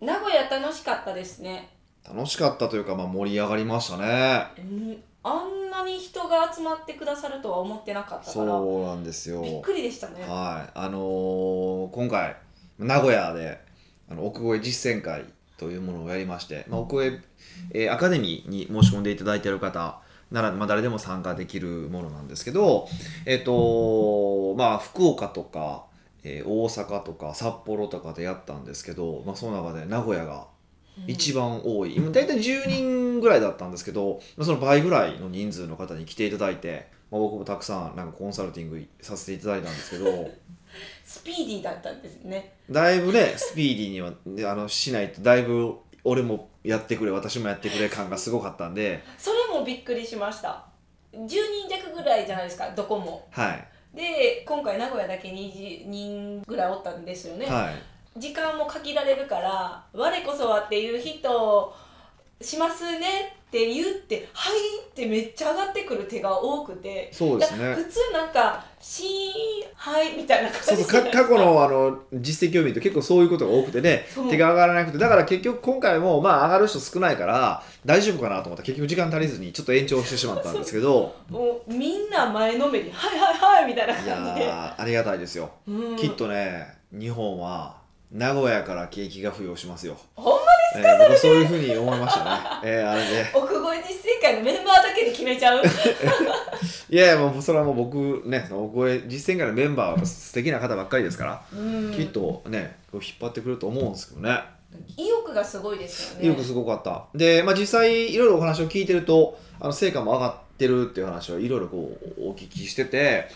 名古屋楽しかったですね、楽しかったというか、まあ、盛り上がりましたねうん、あんなに人が集まってくださるとは思ってなかったからそうなんですよびっくりでしたねはいあのー今回名古屋であの奥越実践会というものをやりまして、まあ、奥越、えーアカデミーに申し込んでいただいている方なら、まあ、誰でも参加できるものなんですけどえっ、とまあ福岡とか、えー大阪とか札幌とかでやったんですけど、まあ、その中で名古屋が一番番多い、今大体10人ぐらいだったんですけど、まあ、その倍ぐらいの人数の方に来ていただいて、まあ、僕もたくさんなんかコンサルティングさせていただいたんですけ どスピーディーだったんですねだいぶねスピーディーにはであのしないとだいぶ俺もやってくれ私もやってくれ感がすごかったんでそれもびっくりしました10人弱ぐらいじゃないですかどこもはい、でで今回名古屋だけ20人ぐらいおったんですよね、はい、時間も限られるから「我こそは」っていう人しますねって言って「はい」ってめっちゃ上がってくる手が多くてそうですだね普通なんか「シーンはい」みたいなそ感うじそうじかゃない過去のあの実績を見ると結構そういうことが多くてねそう手が上がらなくてだから結局今回もまあ上がる人少ないから大丈夫かなと思ったら結局時間足りずにちょっと延長してしまったんですけどもうみんな前のめり「はいはいはい」みたいないや感じで、ーありがたいですよ、うん、きっとね日本は名古屋から景気が付与しますよほんまえー僕そういうふうに思い ましたねえーあれで奥越え実践会のメンバーだけで決めちゃういやいやもうそれはもう僕ねそのお声実践会のメンバーはやっぱ素敵な方ばっかりですから、うんきっとねこう引っ張ってくると思うんですけどね意欲がすごいですよねよくすごかったで、まあ、実際いろいろお話を聞いてるとあの成果も上がってるっていう話をいろいろこうお聞きしてて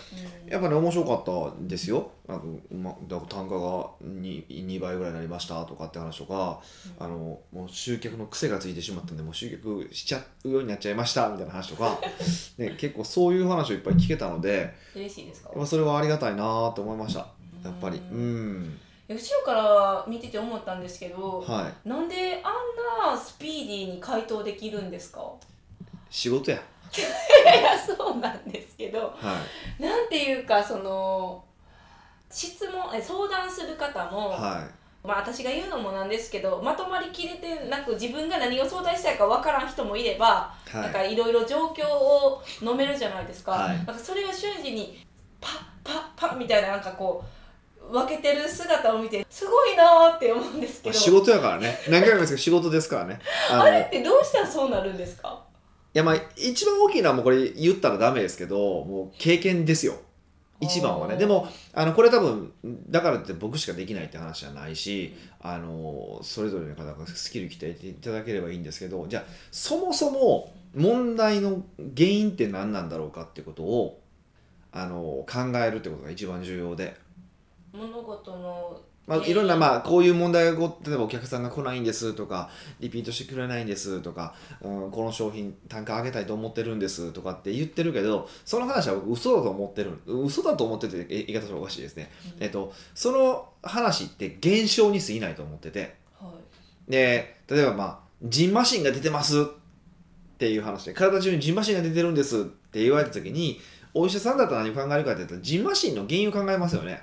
うんやっぱね面白かったんですよなんか、ま、だから単価が 2, 2倍ぐらいになりましたとかって話とかあのもう集客の癖がついてしまったんでもう集客しちゃうようになっちゃいましたみたいな話 とか、ね、結構そういう話をいっぱい聞けたので嬉しいですかやっぱそれはありがたいなと思いましたやっぱりうん後ろから見てて思ったんですけど、はいなんであんなスピーディーに回答できるんですか仕事や いやいやそうなんですけどはいなんていうかその質問え相談する方も、はいまあ、私が言うのもなんですけどまとまりきれてなく自分が何を相談したいかわからん人もいれば、はなんいかいろいろ状況を飲めるじゃないですか,、はいなんかそれを瞬時にパッパッパッみたいななんかこう分けてる姿を見てすごいなーって思うんですけまあど仕事やからね何回も言いますけど仕事ですからねあのあれってどうしたらそうなるんですかいやまあ一番大きいのはもうこれ言ったらダメですけどもう経験ですよ一番はねあーでもあのこれ多分だからって僕しかできないって話じゃないしあのそれぞれの方がスキル鍛えていただければいいんですけどじゃあそもそも問題の原因って何なんだろうかってことをあの考えるってことが一番重要で物事のまあ、えーいろんな、まあ、こういう問題が起こって例えばお客さんが来ないんですとかリピートしてくれないんですとか、うん、この商品単価上げたいと思ってるんですとかって言ってるけどその話は僕嘘だと思ってる嘘だと思っててえ言い方がおかしいですね、えっと、その話って現象に過ぎないと思っててはいで例えば、まあ「ジンマシンが出てます」っていう話で体中にジンマシンが出てるんですって言われた時にお医者さんだったら何を考えるかって言ったらジンマシンの原因を考えますよね。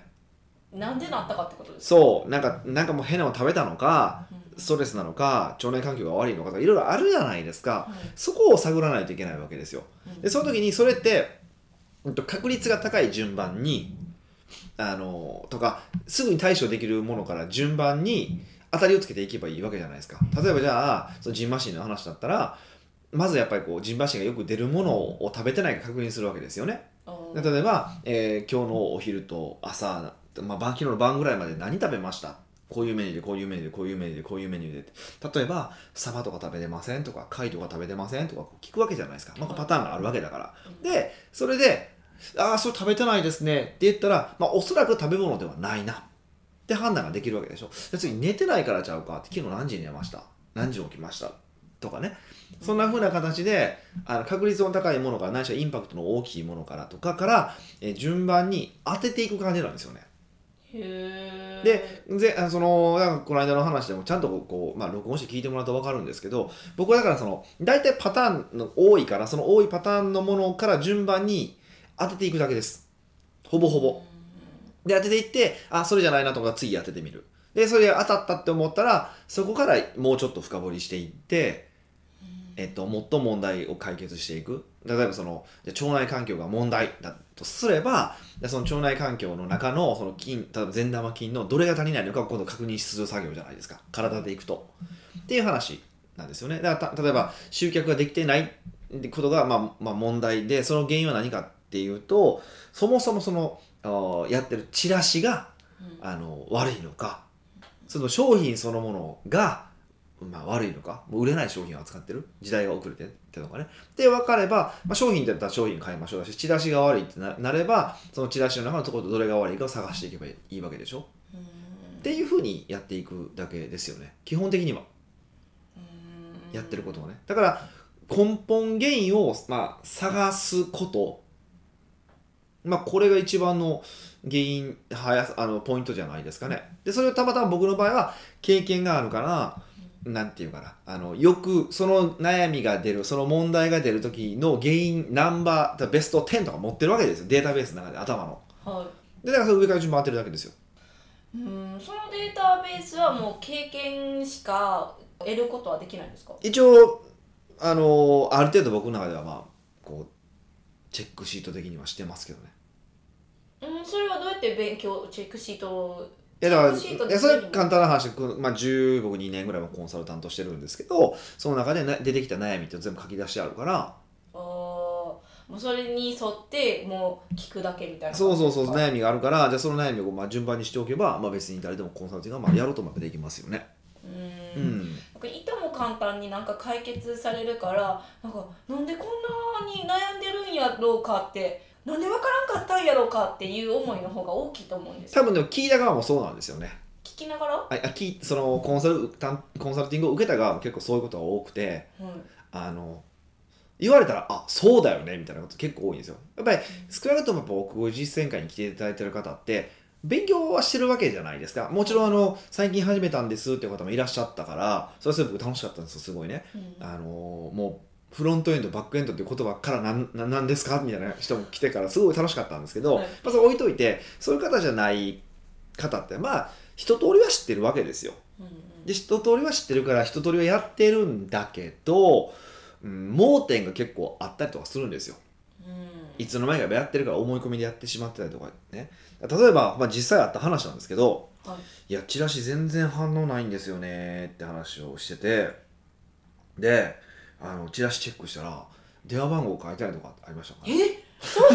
なんでなったかってことですかそうなんかなんかもう変なもの食べたのかうんストレスなのか腸内環境が悪いのかとかいろいろあるじゃないですかはいそこを探らないといけないわけですようんでその時にそれってうんと確率が高い順番にあのとかすぐに対処できるものから順番に当たりをつけていけばいいわけじゃないですか例えばじゃあそのジンマシンの話だったらまずやっぱりこうジンマシンがよく出るものを食べてないか確認するわけですよねあーで例えば、えー今日のお昼と朝、まあ、晩昨日の晩ぐらいまで何食べましたこういうメニューでこういうメニューでこういうメニューでこういうメニューでって例えばサバとか食べてませんとか貝とか食べてませんとかこう聞くわけじゃないですか、まあ、パターンがあるわけだからうんでそれで「ああそれ食べてないですね」って言ったら、まあ、おそらく食べ物ではないなって判断ができるわけでしょで次寝てないからちゃうかって昨日何時に寝ました何時に起きましたとかねそんな風な形であの確率の高いものからないしはインパクトの大きいものからとかから、えー順番に当てていく感じなんですよね。へーでぜあそのなんかこの間の話でもちゃんとこうこう、まあ、録音して聞いてもらうと分かるんですけど僕はだからその大体パターンの多いからその多いパターンのものから順番に当てていくだけですほぼほぼ。で当てていってあそれじゃないなと思ったら次当ててみるでそれで当たったって思ったらそこからもうちょっと深掘りしていって、えっと、もっと問題を解決していく例えばそのじゃあ腸内環境が問題だとすればでその腸内環境の中のその菌例えば善玉菌のどれが足りないのかを今度確認する作業じゃないですか体でいくと。っていう話なんですよねだからた例えば集客ができてないってことが、まあまあ、問題でその原因は何かっていうとそもそもそのあーやってるチラシがうんあの悪いのかその商品そのものが、まあ、悪いのかもう売れない商品を扱ってる時代が遅れてってのかねで分かれば、まあ、商品だったら商品買いましょうだしチラシが悪いってななればそのチラシの中のところどれが悪いかを探していけばいいわけでしょうんっていうふうにやっていくだけですよね基本的にはうんやってることをねだから根本原因を、まあ、探すことまあこれが一番の原因はやあのポイントじゃないですかねでそれをたまたま僕の場合は経験があるからなんていうかなあのよくその悩みが出るその問題が出る時の原因ナンバーベスト10とか持ってるわけですよデータベースの中で頭のはいでだからそれ上から順番当てるだけですようんそのデータベースはもう経験しか得ることはできないんですか一応あのある程度僕の中ではまあこうチェックシート的にはしてますけどねうんそれはどうやって勉強チェックシートをいやだチェックシーかトらいでやすそねれ簡単な話、このまあ、10僕2年ぐらいもコンサルタントしてるんですけどその中でな出てきた悩みって全部書き出してあるからあーもうそれに沿ってもう聞くだけみたいなそうそうそうね悩みがあるからじゃあその悩みをまあ順番にしておけば、まあ、別に誰でもコンサルティングはまあやろうと思えばできますよね。うんうんなんかいとも簡単になんか解決されるからなんかなんでこんなに悩んでるんやろうかってなんでわからんかったんやろうかっていう思いの方が大きいと思うんですよ多分でも聞いた側もそうなんですよね。聞きながら、はああ聞いそのコンサルタンコンサルティングを受けた側も結構そういうことが多くてい、あの言われたらあそうだよねみたいなこと結構多いんですよ。やっぱり少なくともやっぱ奥越実践会に来ていただいてる方って勉強はしてるわけじゃないですかもちろんあの最近始めたんですっていう方もいらっしゃったからそれはすごく楽しかったんですよすごいね、うんあのもうフロントエンドバックエンドっていう言葉からなんななんですかみたいな人も来てからすごい楽しかったんですけど、はいまあ、それ置いといてそういう方じゃない方ってまあ一通りは知ってるわけですようんうんで一通りは知ってるから一通りはやってるんだけど、うん、盲点が結構あったりとかするんですようんいつの間にかやってるから思い込みでやってしまってたりとかね例えば、まあ、実際あった話なんですけどはい「いやチラシ全然反応ないんですよね」って話をしててであのチラシチェックしたら電話番号変えたりとかありましたから、えそう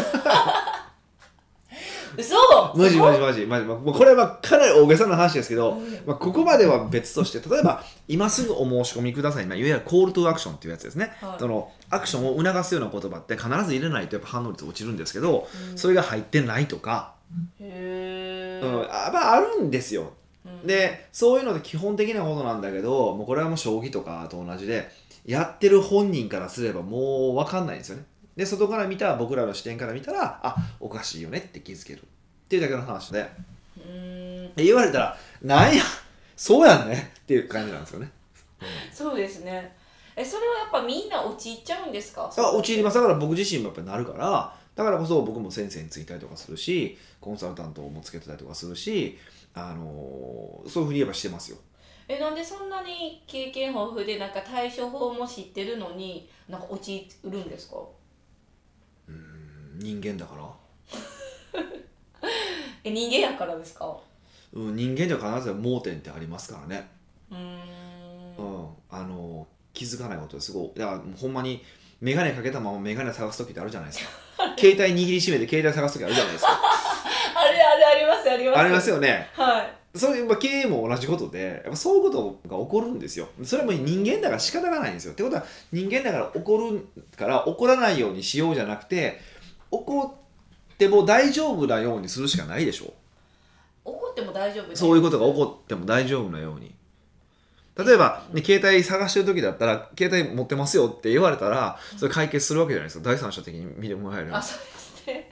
嘘マジそこマジマジマジ、まあ、もうこれはかなり大げさな話ですけど、うんまあ、ここまでは別として例えば「今すぐお申し込みください」まあいわゆるコールトゥアクションっていうやつですね、はいそのアクションを促すような言葉って必ず入れないとやっぱ反応率落ちるんですけど、うんそれが入ってないとか、へうん、ーあまああるんですようんでそういうのって基本的なことなんだけどもうこれはもう将棋とかと同じでやってる本人からすればもう分かんないんですよねで外から見た僕らの視点から見たらあおかしいよねって気づけるっていうだけの話でうんで言われたらなんやそうやんねっていう感じなんですよねそうですねえそれはやっぱみんな陥っちゃうんですかだから陥りますだから僕自身もやっぱりなるからだからこそ僕も先生についたりとかするしコンサルタントもつけてたりとかするしあのーそういうふうに言えばしてますよえなんでそんなに経験豊富でなんか対処法も知ってるのになんか陥るんですかうん人間だからえ人間やからですかうん、人間には必ず盲点ってありますからね、うーうんんあの気づかないことですごいいやほんまに眼鏡かけたまま眼鏡探す時ってあるじゃないですか携帯握りしめて携帯探す時あるじゃないですかあれあれありますありますありますよねはいそういう、まあ、経営も同じことでやっぱそういうことが起こるんですよそれはもう人間だから仕方がないんですよってことは人間だから起こるから起こらないようにしようじゃなくて起こっても大丈夫なようにするしかないでしょ怒っても大丈夫そういうこことが起こっても大丈夫なように。例えば、ね、携帯探してる時だったら、携帯持ってますよって言われたら、それ解決するわけじゃないですか。第三者的に見てもらえるあそうですね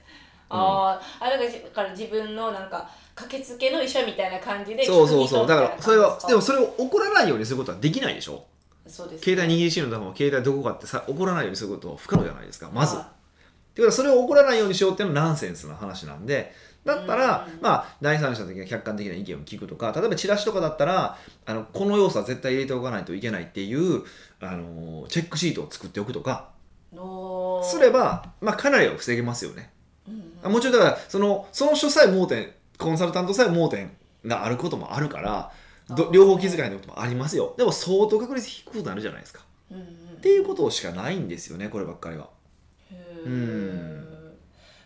あー、あなんかじだから自分のなんか駆けつけの医者みたいな感じでそうそうそう。だ聞かく人みたいなら、それは感、じでもすかそれを怒らないようにすることはできないでしょ。そうですね、携帯握りしめたまま携帯どこかってさ怒らないようにすることは不可能じゃないですか、まず。はってことはそれを怒らないようにしようっていうのはナンセンスな話なんでだったら、うんまあ第三者的な客観的な意見を聞くとか例えばチラシとかだったらあのこの要素は絶対入れておかないといけないっていう、あのチェックシートを作っておくとかおーすれば、まあ、かなりは防げますよね。うんあもちろんだからそのその人さえ盲点コンサルタントさえ盲点があることもあるからあどー両方気遣いのこともありますよでも相当確率低くなるじゃないですかっうんうんていうことしかないんですよねこればっかりはへうーん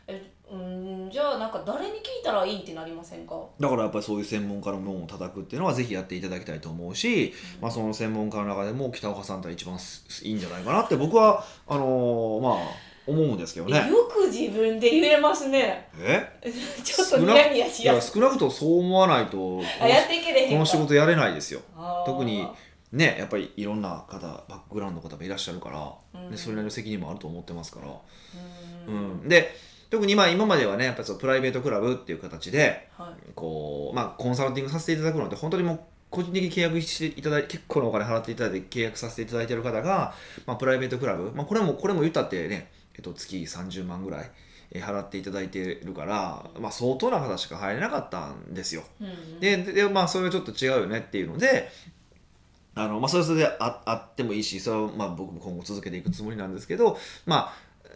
えうんじゃあなんか誰に聞いたらいいってなりませんか、だからやっぱりそういう専門家の門を叩くっていうのはぜひやっていただきたいと思うし、まあ、その専門家の中でも北岡さんとは一番すすいいんじゃないかなって僕はあのーまあ思うんですけどえねよく自分で言えますね えちょっとニヤニヤしいややす少なくともそう思わないとこあやっのていけれへんかこの仕事やれないですよあー特にねやっぱりいろんな方バックグラウンドの方もいらっしゃるから、うんでそれなりの責任もあると思ってますから、ううんん、で特に今今まではねやっぱりそのプライベートクラブっていう形ではいこう、まあ、コンサルティングさせていただくのって本当にもう個人的に契約していただいて結構なお金払っていただいて契約させていただいてる方が、まあ、プライベートクラブ、まあ、これもこれも言ったってね、えっと、月30万ぐらいえー払っていただいてるから、まあ、相当な方しか入れなかったんですよ。うんうんでででまあそれはちょっと違うよねっていうのであの、まあ、それはそれでああってもいいしそれはまあ僕も今後続けていくつもりなんですけどま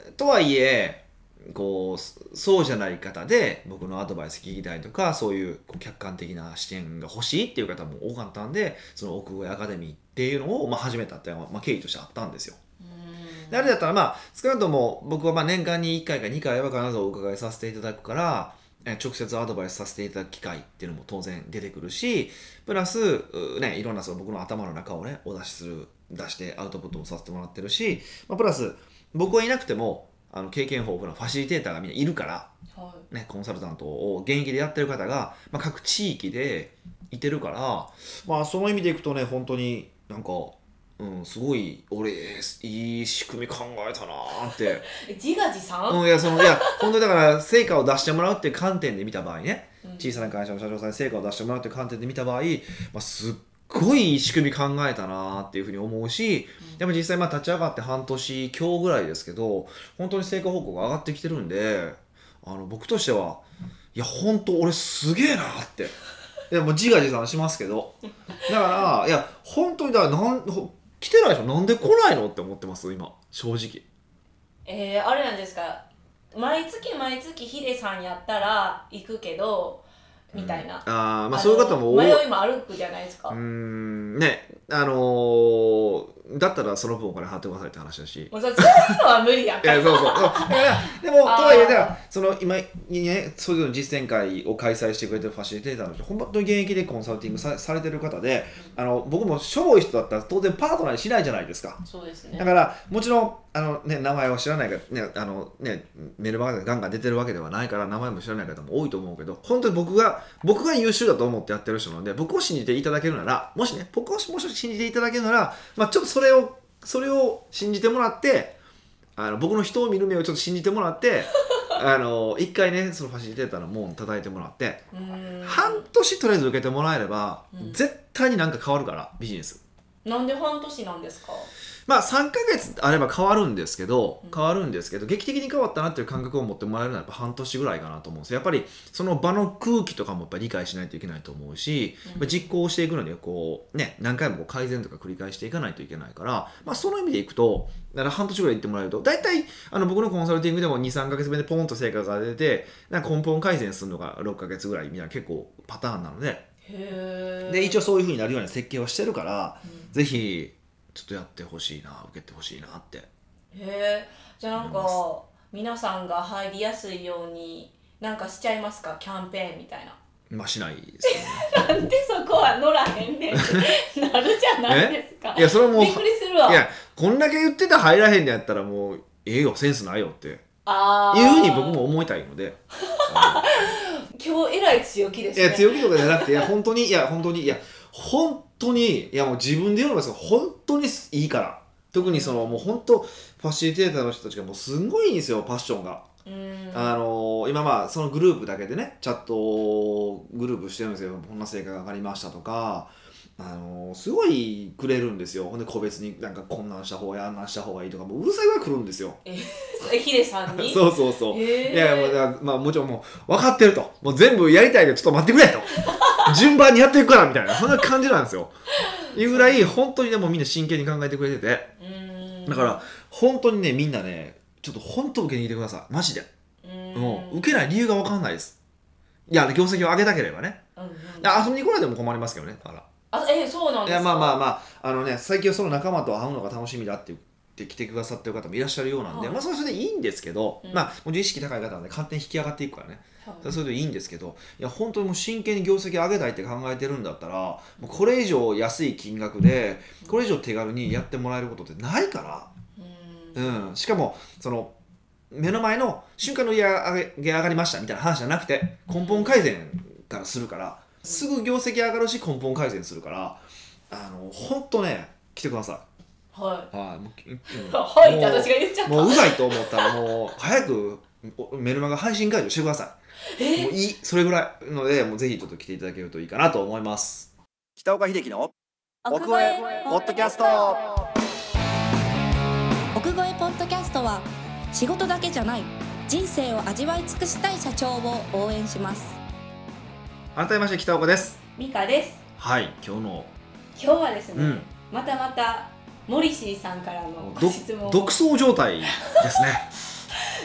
あとはいえこうそそうじゃない方で僕のアドバイス聞きたいとかそういうこう客観的な視点が欲しいっていう方も多かったんでその奥越えアカデミーっていうのをまあ始めたっていうのは、まあ、経緯としてあったんですよ。うんであれだったらまあ少なくとも僕はまあ年間に1回か2回は必ずお伺いさせていただくからえー直接アドバイスさせていただく機会っていうのも当然出てくるしプラスうねいろんなその僕の頭の中をねお出しする出してアウトプットもさせてもらってるし、まあ、プラス僕はいなくてもあの経験豊富なファシリテーターがみんないるから、はね、コンサルタントを現役でやってる方が、まあ、各地域でいてるから、まあ、その意味でいくとね本当になんか、うん、すごい俺いい仕組み考えたなーって、い、え自画自賛、うん、いやそのいや本当にだから成果を出してもらうっていう観点で見た場合ねうん小さな会社の社長さんに成果を出してもらうっていう観点で見た場合、まあ、すっごいいい仕組み考えたなーっていうふうに思うしでも実際まあ立ち上がって半年今日ぐらいですけど本当に成果報告が上がってきてるんであの僕としてはいや本当俺すげえなっていやもう自画自賛しますけどだからいや本当にだからなんほ来てないでしょなんで来ないのって思ってます今正直えー、あれなんですか毎月毎月ヒデさんやったら行くけどみたいな、うんあーまのあそういう方も多い迷いも歩くじゃないですか、うーんねあのーだったらその分お金払ってくださいって話だしもうそれそういうのは無理やんいかやそうそうそういやいやでもとあーはいえだからその今ねそれぞれの実践会を開催してくれてるファシリテーターの人本当に現役でコンサルティングさされてる方であの僕もしょぼい人だったら当然パートナーにしないじゃないですかそうですねだからもちろんあの、ね、名前を知らないから、ねあのね、メルマガでガンガン出てるわけではないから名前も知らない方も多いと思うけど本当に僕が僕が優秀だと思ってやってる人なので僕を信じていただけるならもしね僕をもし信じていただけるなら、まあ、ちょっとそれをそれを信じてもらってあの僕の人を見る目をちょっと信じてもらって あの一回ねそのファシリテーターの門を叩いてもらってうーん半年とりあえず受けてもらえれば、うん絶対になんか変わるからビジネス。なんで半年なんですかまあ3ヶ月あれば変わるんですけどうん変わるんですけど劇的に変わったなっていう感覚を持ってもらえるのはやっぱ半年ぐらいかなと思うんですよやっぱりその場の空気とかもやっぱ理解しないといけないと思うしうんやっぱ実行していくのにはこうね何回もこう改善とか繰り返していかないといけないからまあその意味でいくとだから半年ぐらい行ってもらえると大体あの僕のコンサルティングでも23ヶ月目でポンと成果が出てなんか根本改善するのが6ヶ月ぐらいみたいな結構パターンなのでへえで一応そういう風になるような設計はしてるからうんぜひちょっとやってほしいな受けてほしいなってへえじゃあなん思いか皆さんが入りやすいようになんかしちゃいますかキャンペーンみたいなまあしないですけなんでそこは乗らへんねん ってなるじゃないですかどねいやそれはもうびっくいりするわやこんだけ言ってた入らへんのやったらもうええよセンスないよっていうあーふうに僕も思いたいのであ今日えらい強気でのすいねや強気とかじゃなくていや本当にいや本当にいや本当にいやもう自分で言うのもですけど本当にいいから特にそのもう本当ファシリテーターの人たちがもうすごいいいんですよパッションが。うんあのー今まあそのグループだけでねチャットグループしてるんですけどこんな成果が上がりましたとかあのすごいくれるんですよほんで個別になんかこんなんした方がいいあんなんした方がいいとかもううるさいぐらい来るんですよえヒデさんにそうそうそう、へえいやいやもうだからまあもちろんもう分かってるともう全部やりたいけどちょっと待ってくれと 順番にやっていくからみたいなそんな感じなんですよいうぐらい本当にでもみんな真剣に考えてくれててうーんだから本当にねみんなねちょっと本当受けに来てくださいマジで、うーんもう受けない理由が分かんないですいや業績を上げたければねうんうんあ遊びに来ないでも困りますけどねだからあえそうなんいですやかまあまあまああのね最近はその仲間と会うのが楽しみだって言って来てくださってる方もいらっしゃるようなんで、はいまあそれはそれでいいんですけど、うんまあもちろん意識高い方はね勝手に引き上がっていくからねはいそれでいいんですけどいや本当にもう真剣に業績上げたいって考えてるんだったらもうこれ以上安い金額でこれ以上手軽にやってもらえることってないから。うーんうん、しかもその目の前の瞬間の売り上げ上がりましたみたいな話じゃなくて根本改善からするからすぐ業績上がるし根本改善するからあの本当ね来てくださはいいはいもうきうんはいってもう私が言っちゃったもううざいと思ったらもう早くおメルマガ配信解除してくださいもういいそれぐらいのでもうぜひちょっと来ていただけるといいかなと思います北岡秀樹の奥越えポッドキャスト奥越えポッドキャストは仕事だけじゃない人生を味わい尽くしたい社長を応援します改めまして北岡ですミカですはい今日の今日はですね、うんまたまたモリシーさんからのごど質問を独走状態で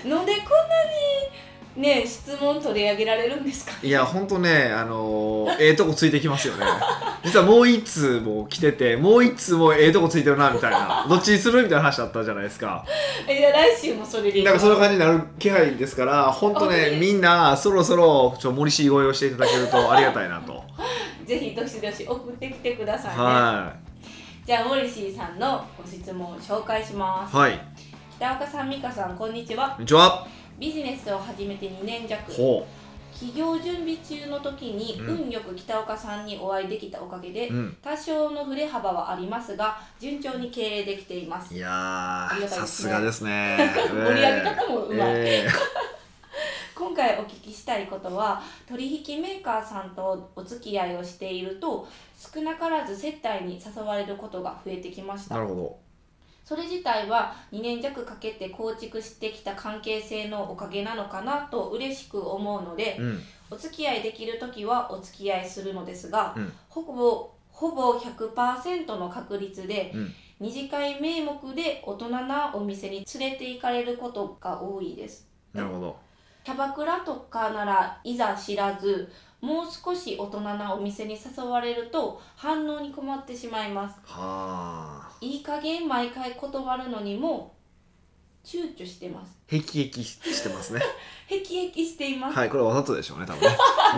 すねなんでこんなにね質問取り上げられるんですかいや、ほんとね、あのーええとこついてきますよね。 実はもう一通も来てて、もう一通もええとこついてるな、みたいな。どっちにするみたいな話だったじゃないですか。 いや来週もそれでいいなんかそんな感じになる気配ですから、ほんと本当ね、にみんな、そろそろ、ちょ、森氏声をしていただけるとありがたいなと。ぜひどしどし送ってきてくださいね、はじゃあモリシーさんのご質問を紹介しますい。はい。こ北岡さん美香さんこんにちはんにちは。ビジネスを始めて2年弱ほ起業準備中の時に、うん運よく北岡さんにお会いできたおかげで、う。うん。多少の振れ幅はありますが順調に経営できていますいやありー、がたいさですすねがですね。 盛り上げ方もうまいえー今回お聞きしたいことは取引メーカーさんとお付き合いをしていると少なからず接待に誘われることが増えてきましなたるほそれ自体は2年弱かけて構築してきた関係性のおかげなのかなと嬉しく思うのでど。うん。お付き合いできる時はお付き合いするのですが、うんほぼほぼ100%の確率で、うん二次会名目で大人なお店に連れて行かれることが多いです。なるほど。キャバクラとかならいざ知らずもう少し大人なお店に誘われると反応に困ってしまいますはあ。いい加減毎回断るのにも躊躇してますへきへきしてますね。へきへきしています、はい、これわざとでしょうね、多 分ね。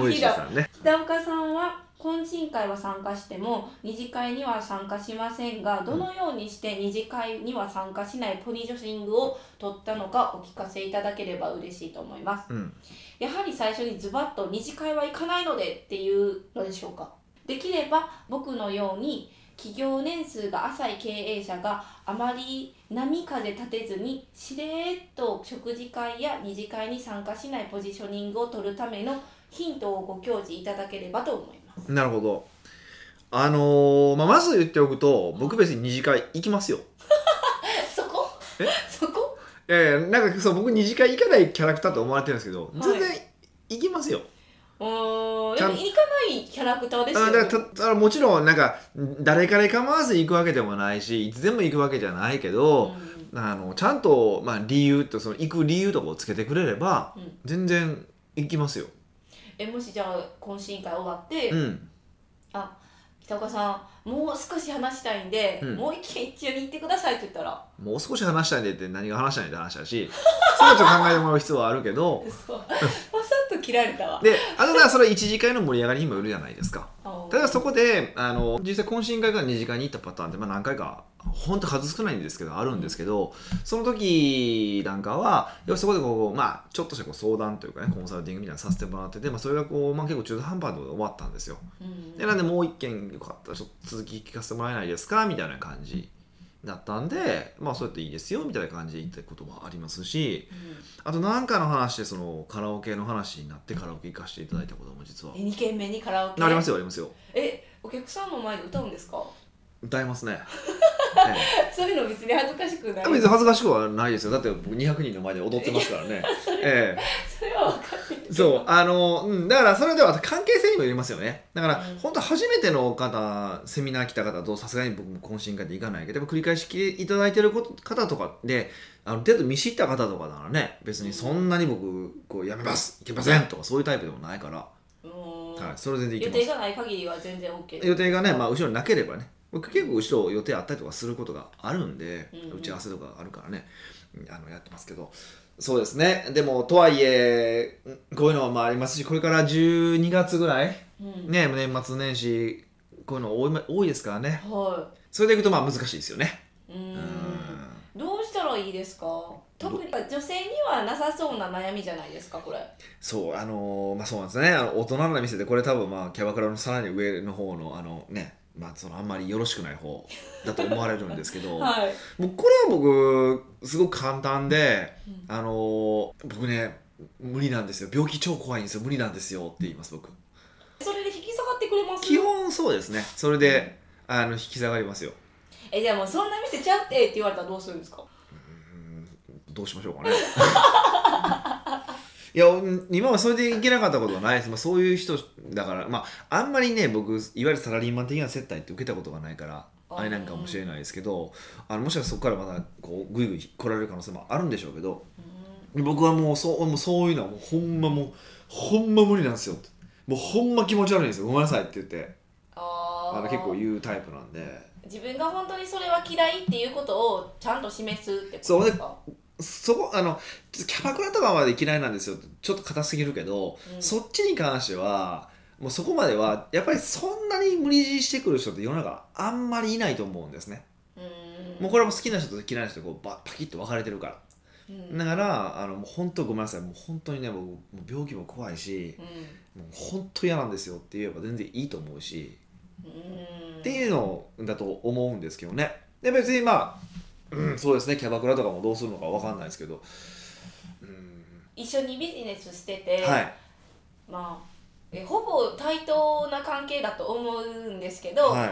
森氏さんね。北岡さんは懇親会は参加しても二次会には参加しませんがどのようにして二次会には参加しないポニジョシングを取ったのかお聞かせいただければ嬉しいと思いますうん、やはり最初にズバッと二次会は行かないのでっていうのでしょうかできれば僕のように企業年数が浅い経営者があまり波風立てずにしれーっと食事会や二次会に参加しないポジショニングを取るためのヒントをご教示いただければと思います。なるほど。あのーまあ、まず言っておくと、僕別に二次会行きますよ。そこえそこえー、なんかそう僕二次会行かないキャラクターと思われてるんですけど、い全然行きますよ。うーんちでゃんも行かないキャラクターですあよだねからたただもちろん、なんか、誰から構わず行くわけでもないし、いつでも行くわけじゃないけど、あのちゃんと、まあ、理由と、その行く理由とかをつけてくれれば、うんうん全然行きますよ。えもしじゃあ懇親会終わって、うん。北岡さんもう少し話したいんで、うんもう一軒一緒に行ってくださいって言ったらもう少し話したいんでって何が話したいんで話だし、 それはちょっと考えてもらう必要はあるけど、嘘パサッと切られたわで、あとはそれ一次会の盛り上がりにもよるじゃないですか。例例えばそこで、あの、実際懇親会から二次会に行ったパターンって、まあ何回か、ほんと数少ないんですけど、あるんですけど、その時なんかは、要はそこでこう、まあ、ちょっとしたこう相談というかね、コンサルティングみたいなのさせてもらってて、まあそれがこう、まあ結構中途半端で終わったんですよ。うんで、なんでもう一件よかったら、ちょっと続き聞かせてもらえないですかみたいな感じだったんで、まあそうやっていいですよ、みたいな感じで言ったこともありますし、うんあと何かの話でそのカラオケの話になってカラオケ行かせていただいたことも実はえ二軒目にカラオケありますよありますよえお客さんの前で歌うんですか 歌いますね。えそういうの別に恥ずかしくないえ別に恥ずかしくはないですよ。だって僕200人の前で踊ってますからね。えそれは分かってるけえ、どそうあの、うん、だからそれでは関係性にもよりますよね。だから、うん本当初めての方セミナー来た方とさすがに僕も懇親会で行かないけどやっぱ繰り返し来ていただいてること方とかである程度見知った方とかならね別にそんなに僕こうやめます行けませんとかそういうタイプでもないから、うーんはい、それ全然行予きます定。がない限りは全然 OK 予定がね、まあ、後ろになければね僕結構後ろ予定あったりとかすることがあるんで、うんうん打ち合わせとかあるからねうんあのやってますけどそうですねでもとはいえうんこういうのもありますしこれから12月ぐらいうんね年末年始こういうの多いま多いですからねはそれでいくとまあ難しいですよねい、うーうんどうしたらいいですか特に女性にはなさそうな悩みじゃないですかこれそうあのーまあそうなんですねあの大人な店でこれ多分まあキャバクラのさらに上の方のあのねまあそのあんまりよろしくない方だと思われるんですけ ど、はいもうこれは僕すごく簡単で、うんあのー僕ね無理なんですよ病気超怖いんですよ無理なんですよって言います僕それで引き下がってくれます基本そうですねそれであの引き下がりますよえじゃあもうそんな店ちゃうってって言われたらどうするんですかうんどうしましょう かねいやうん今はそれでいけなかったことはないです、まあ、そういう人だからまああんまりね僕いわゆるサラリーマン的な接待って受けたことがないからあーあれなんかもしれないですけどあのもしかしたらそこからまたこうぐいぐい来られる可能性もあるんでしょうけどう僕はもうそうもうそういうのはもうほんまもうほんま無理なんですよってもうほんま気持ち悪いんですよごめんなさいって言ってあああの結構言うタイプなんで自分が本当にそれは嫌いっていうことをちゃんと示すってことですかそこあのキャバクラとかまで嫌いなんですよってちょっと硬すぎるけど、うんそっちに関してはもうそこまではやっぱりそんなに無理強いしてくる人って世の中あんまりいないと思うんですね、うーんもうこれも好きな人と嫌いな人とこうバパキッと分かれてるから、うんだからあのもう本当ごめんなさいもう本当にね僕もう病気も怖いしうもう本当嫌なんですよって言えば全然いいと思うしんっていうのだと思うんですけどねで別にまあ、うん、そうですねキャバクラとかもどうするのかわかんないですけど、うん一緒にビジネスしてて、はいまあえほぼ対等な関係だと思うんですけど、はい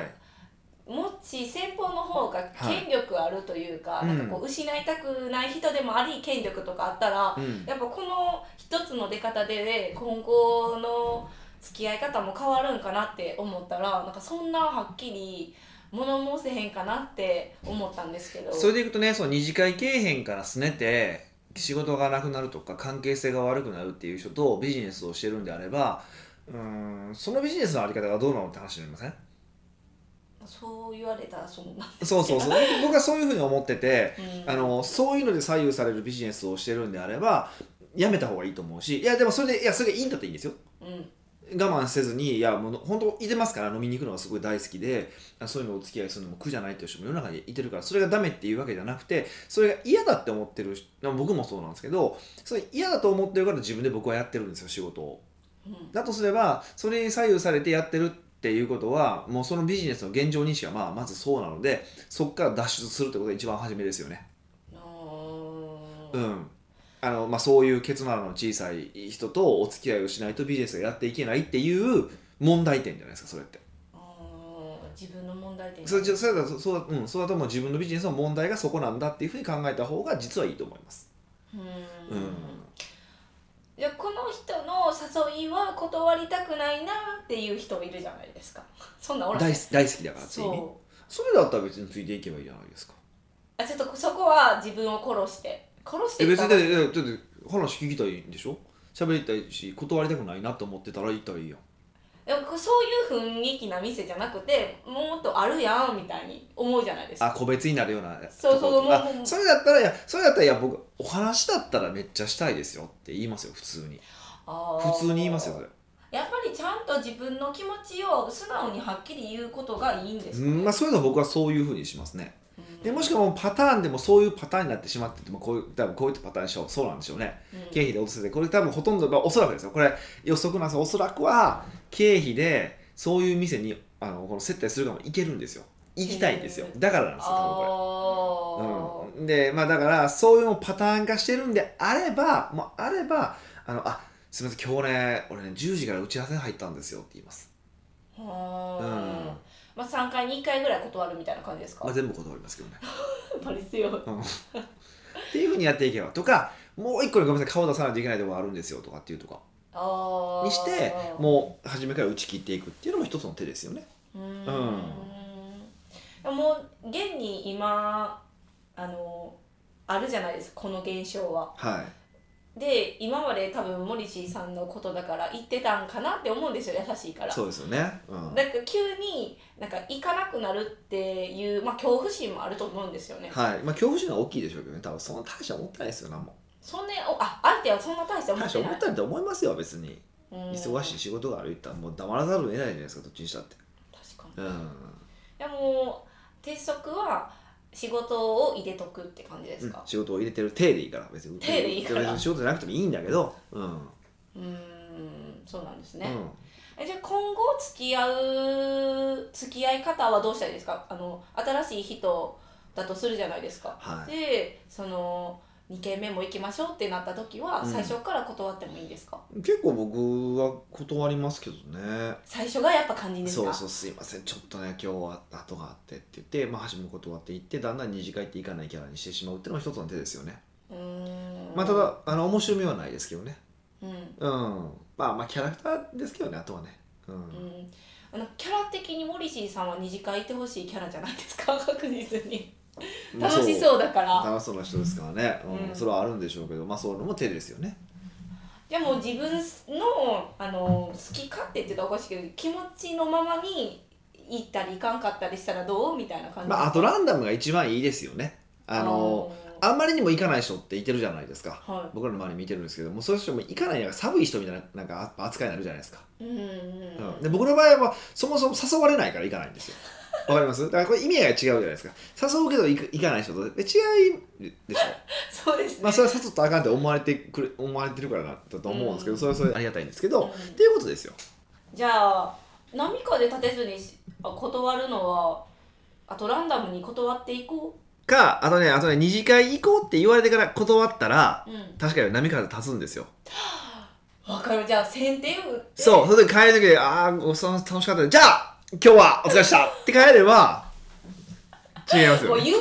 もし先方の方がはい権力あるというか,、うんなんかこう失いたくない人でもあり権力とかあったら、うんやっぱこの一つの出方で、今後の付き合い方も変わるんかなって思ったらなんかそんなはっきり物申せへんかなって思ったんですけど。それでいくとねその二次会経へんからすねて仕事がなくなるとか関係性が悪くなるっていう人とビジネスをしてるんであればうんそのビジネスのあり方がどうなのって話になりませんそう言われたらそんな、そうそうそう僕はそういうふうに思っててうん あのそういうので左右されるビジネスをしてるんであればやめた方がいいと思うしいやでもそれでいやそれでいいんだっていいんですようん我慢せずにいやもう本当いてますから飲みに行くのがすごい大好きであそういうのお付き合いするのも苦じゃないっていう人も世の中にいてるからそれがダメっていうわけじゃなくてそれが嫌だって思ってる人僕もそうなんですけどそれ嫌だと思ってるから自分で僕はやってるんですよ仕事をうんだとすればそれに左右されてやってるっていうことはもうそのビジネスの現状認識はまあまずそうなのでそこから脱出するってことが一番初めですよねあーうんあのまあ、そういうケツなどの小さい人とお付き合いをしないとビジネスをやっていけないっていう問題点じゃないですかそれってあー自分の問題点それじゃそれだとそう,、うん、そうだともう自分のビジネスの問題がそこなんだっていうふうに考えた方が実はいいと思いますうんうんいやこの人の誘いは断りたくないなっていう人いるじゃないですかそんなおらん大好き大好きだからっていう意味そうそれだったら別についていけばいいじゃないですかあちょっとそこは自分を殺して殺してえ別にだかっらてだってだって話聞きたいんでしょ喋りたいし断りたくないなと思ってたら言ったらいいやんでもそういう雰囲気な店じゃなくてもっとあるやんみたいに思うじゃないですあか個別になるようなそうそうところとかもうもうそれだったらいやそれだったらいや僕お話だったらめっちゃしたいですよって言いますよ普通に普通に言いますよそれやっぱりちゃんと自分の気持ちを素直にはっきり言うことがいいんですかね、うんまあ、そういうのは僕はそういうふうにしますねうんでもしくはもうパターンでもそういうパターンになってしまっててもこういう多分こういうパターンでしょうそうなんでしょうねうん経費で落とせてこれ多分ほとんど、まあ、おそらくですよこれ予測なんですよおそらくは経費でそういう店にあのこの接待するかもいけるんですよ行きたいんですよへだからなんですよ多分これ。うん、でまあだからそういうのをパターン化してるんであればもうあればあのあすみません今日ね俺ね10時から打ち合わせに入ったんですよって言いますあーうんはあまあ3回に1回ぐらい断るみたいな感じですかまあ、全部断りますけどねパレスよっていうふうにやっていけばとかもう一個のごめんなさい顔出さないといけないところあるんですよとかっていうとかあーにしてもう初めから打ち切っていくっていうのも一つの手ですよねうーんもう現に今あのあるじゃないですかこの現象ははいで今まで多分モリシーさんのことだから言ってたんかなって思うんですよ優しいからそうですよね、うん、なんか急になんか行かなくなるっていう、まあ、恐怖心もあると思うんですよね。はいまあ恐怖心は大きいでしょうけどね多分その大したもったいないですよ何もそんなおあ相手はそんな大して思大っしたてもないっ。たいないと思いますよ別にうん忙しい仕事があるいったらもう黙らざるを得ないじゃないですかどっちにしたって確かうに。いんやもう鉄則は仕事を入れとくって感じですか。仕事を入れてる体でいいから別に体でいいから別に仕事じゃなくてもいいんだけどうん、うん、んそうなんですうね。ん、えじゃあ今後付き合う付き合い方はどうしたらいいですかあの新しい人だとするじゃないですか、はいでその2軒目も行きましょうってなった時はうん最初から断ってもいいんですか、結構僕は断りますけどね最初がやっぱ肝心ですそかうそうすいませんちょっとね今日は後があってって言って、まあ、橋も断っていってだんだん二次会っていかないキャラにしてしまうっていうのも一つの手ですよね、うーんまあただあの面白みはないですけどねうん、うんまあまあキャラクターですけどねあとはねうん、うん、あのキャラ的にモリシーさんは二次会行ってほしいキャラじゃないですか 確実にまあ楽しうそうだから楽しそうな人ですからね、うんうんそれはあるんでしょうけどまあそういうのも手ですよねじゃあもう自分のあの好き勝手って言ったらおかしいけど気持ちのままに行ったり行かんかったりしたらどうみたいな感じまああとランダムが一番いいですよねあのああんまりにも行かない人っていてるじゃないですかーは僕らの周り見てるんですけどもうそういう人も行かないなんか寒い人みたいななんか扱いになるじゃないですかいうんうんうんで僕の場合はそもそも誘われないから行かないんです よ。わかりますだからこれ意味が違うじゃないですか。誘うけど行く行かない人とえ違いでしょ。そうですね、まあそれは誘ったらあかんって思われてくる思われてるからだと思うんですけど、うんそれはそれでありがたいんですけど、うんっていうことですよ。じゃあ波風立てずにしあ断るのはあとランダムに断っていこかあとねあとね二次会行こうって言われてから断ったらううん確かに波から立つんですよ。わかるじゃあ先手打ってそうそれで帰る時でああ楽しかったねじゃあ今日はお疲れっしたって帰れば違いますもよ、うね。言わ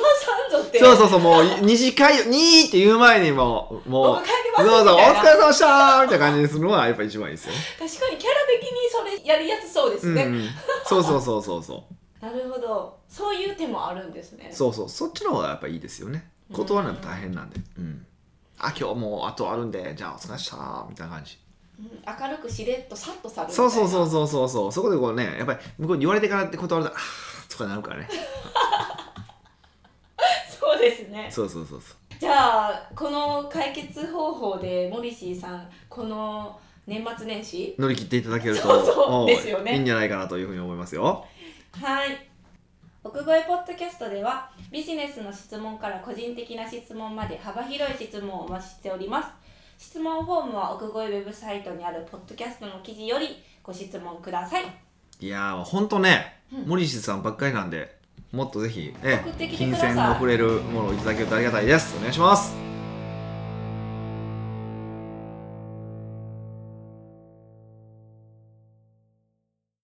さんぞってそううそうそうもう二次会にーって言う前にもうもう僕。帰りますそうみたいそう、おな疲れ様でしたーみたいな感じにするのはやっぱ一番いいですよ。確かにキャラ的にそれやりやすそうですうんね、うん、そうそうそうそうそなるほどそういう手もあるんですねう。そうそう、そっちの方がやっぱいいですよね。断るのも大変なんで。うん。あ、今日もうあとあるんで、じゃあお疲れっしたーみたいな感じ。うん明るくしれっとさっと去るみたいそなうそうそうそうそうそう、そこでこうね、やっぱり向こうに言われてからって断ると、あーとかなるからね。そうですねそうそうそうそう。じゃあこの解決方法でモリシーさんこの年末年始乗り切っていただけると、そうそうおですよねいいんじゃないかなというふうに思いますよ。はい奥越えポッドキャストではビジネスの質問から個人的な質問まで幅広い質問をお待ちしております質問フォームは奥越えウェブサイトにあるポッドキャストの記事よりご質問くださいいやー、もうほんとね、うん森氏さんばっかりなんで、もっとぜひ、ね送って、きてく金ださい銭の触れるものをいただけるとありがたいです。お願いします。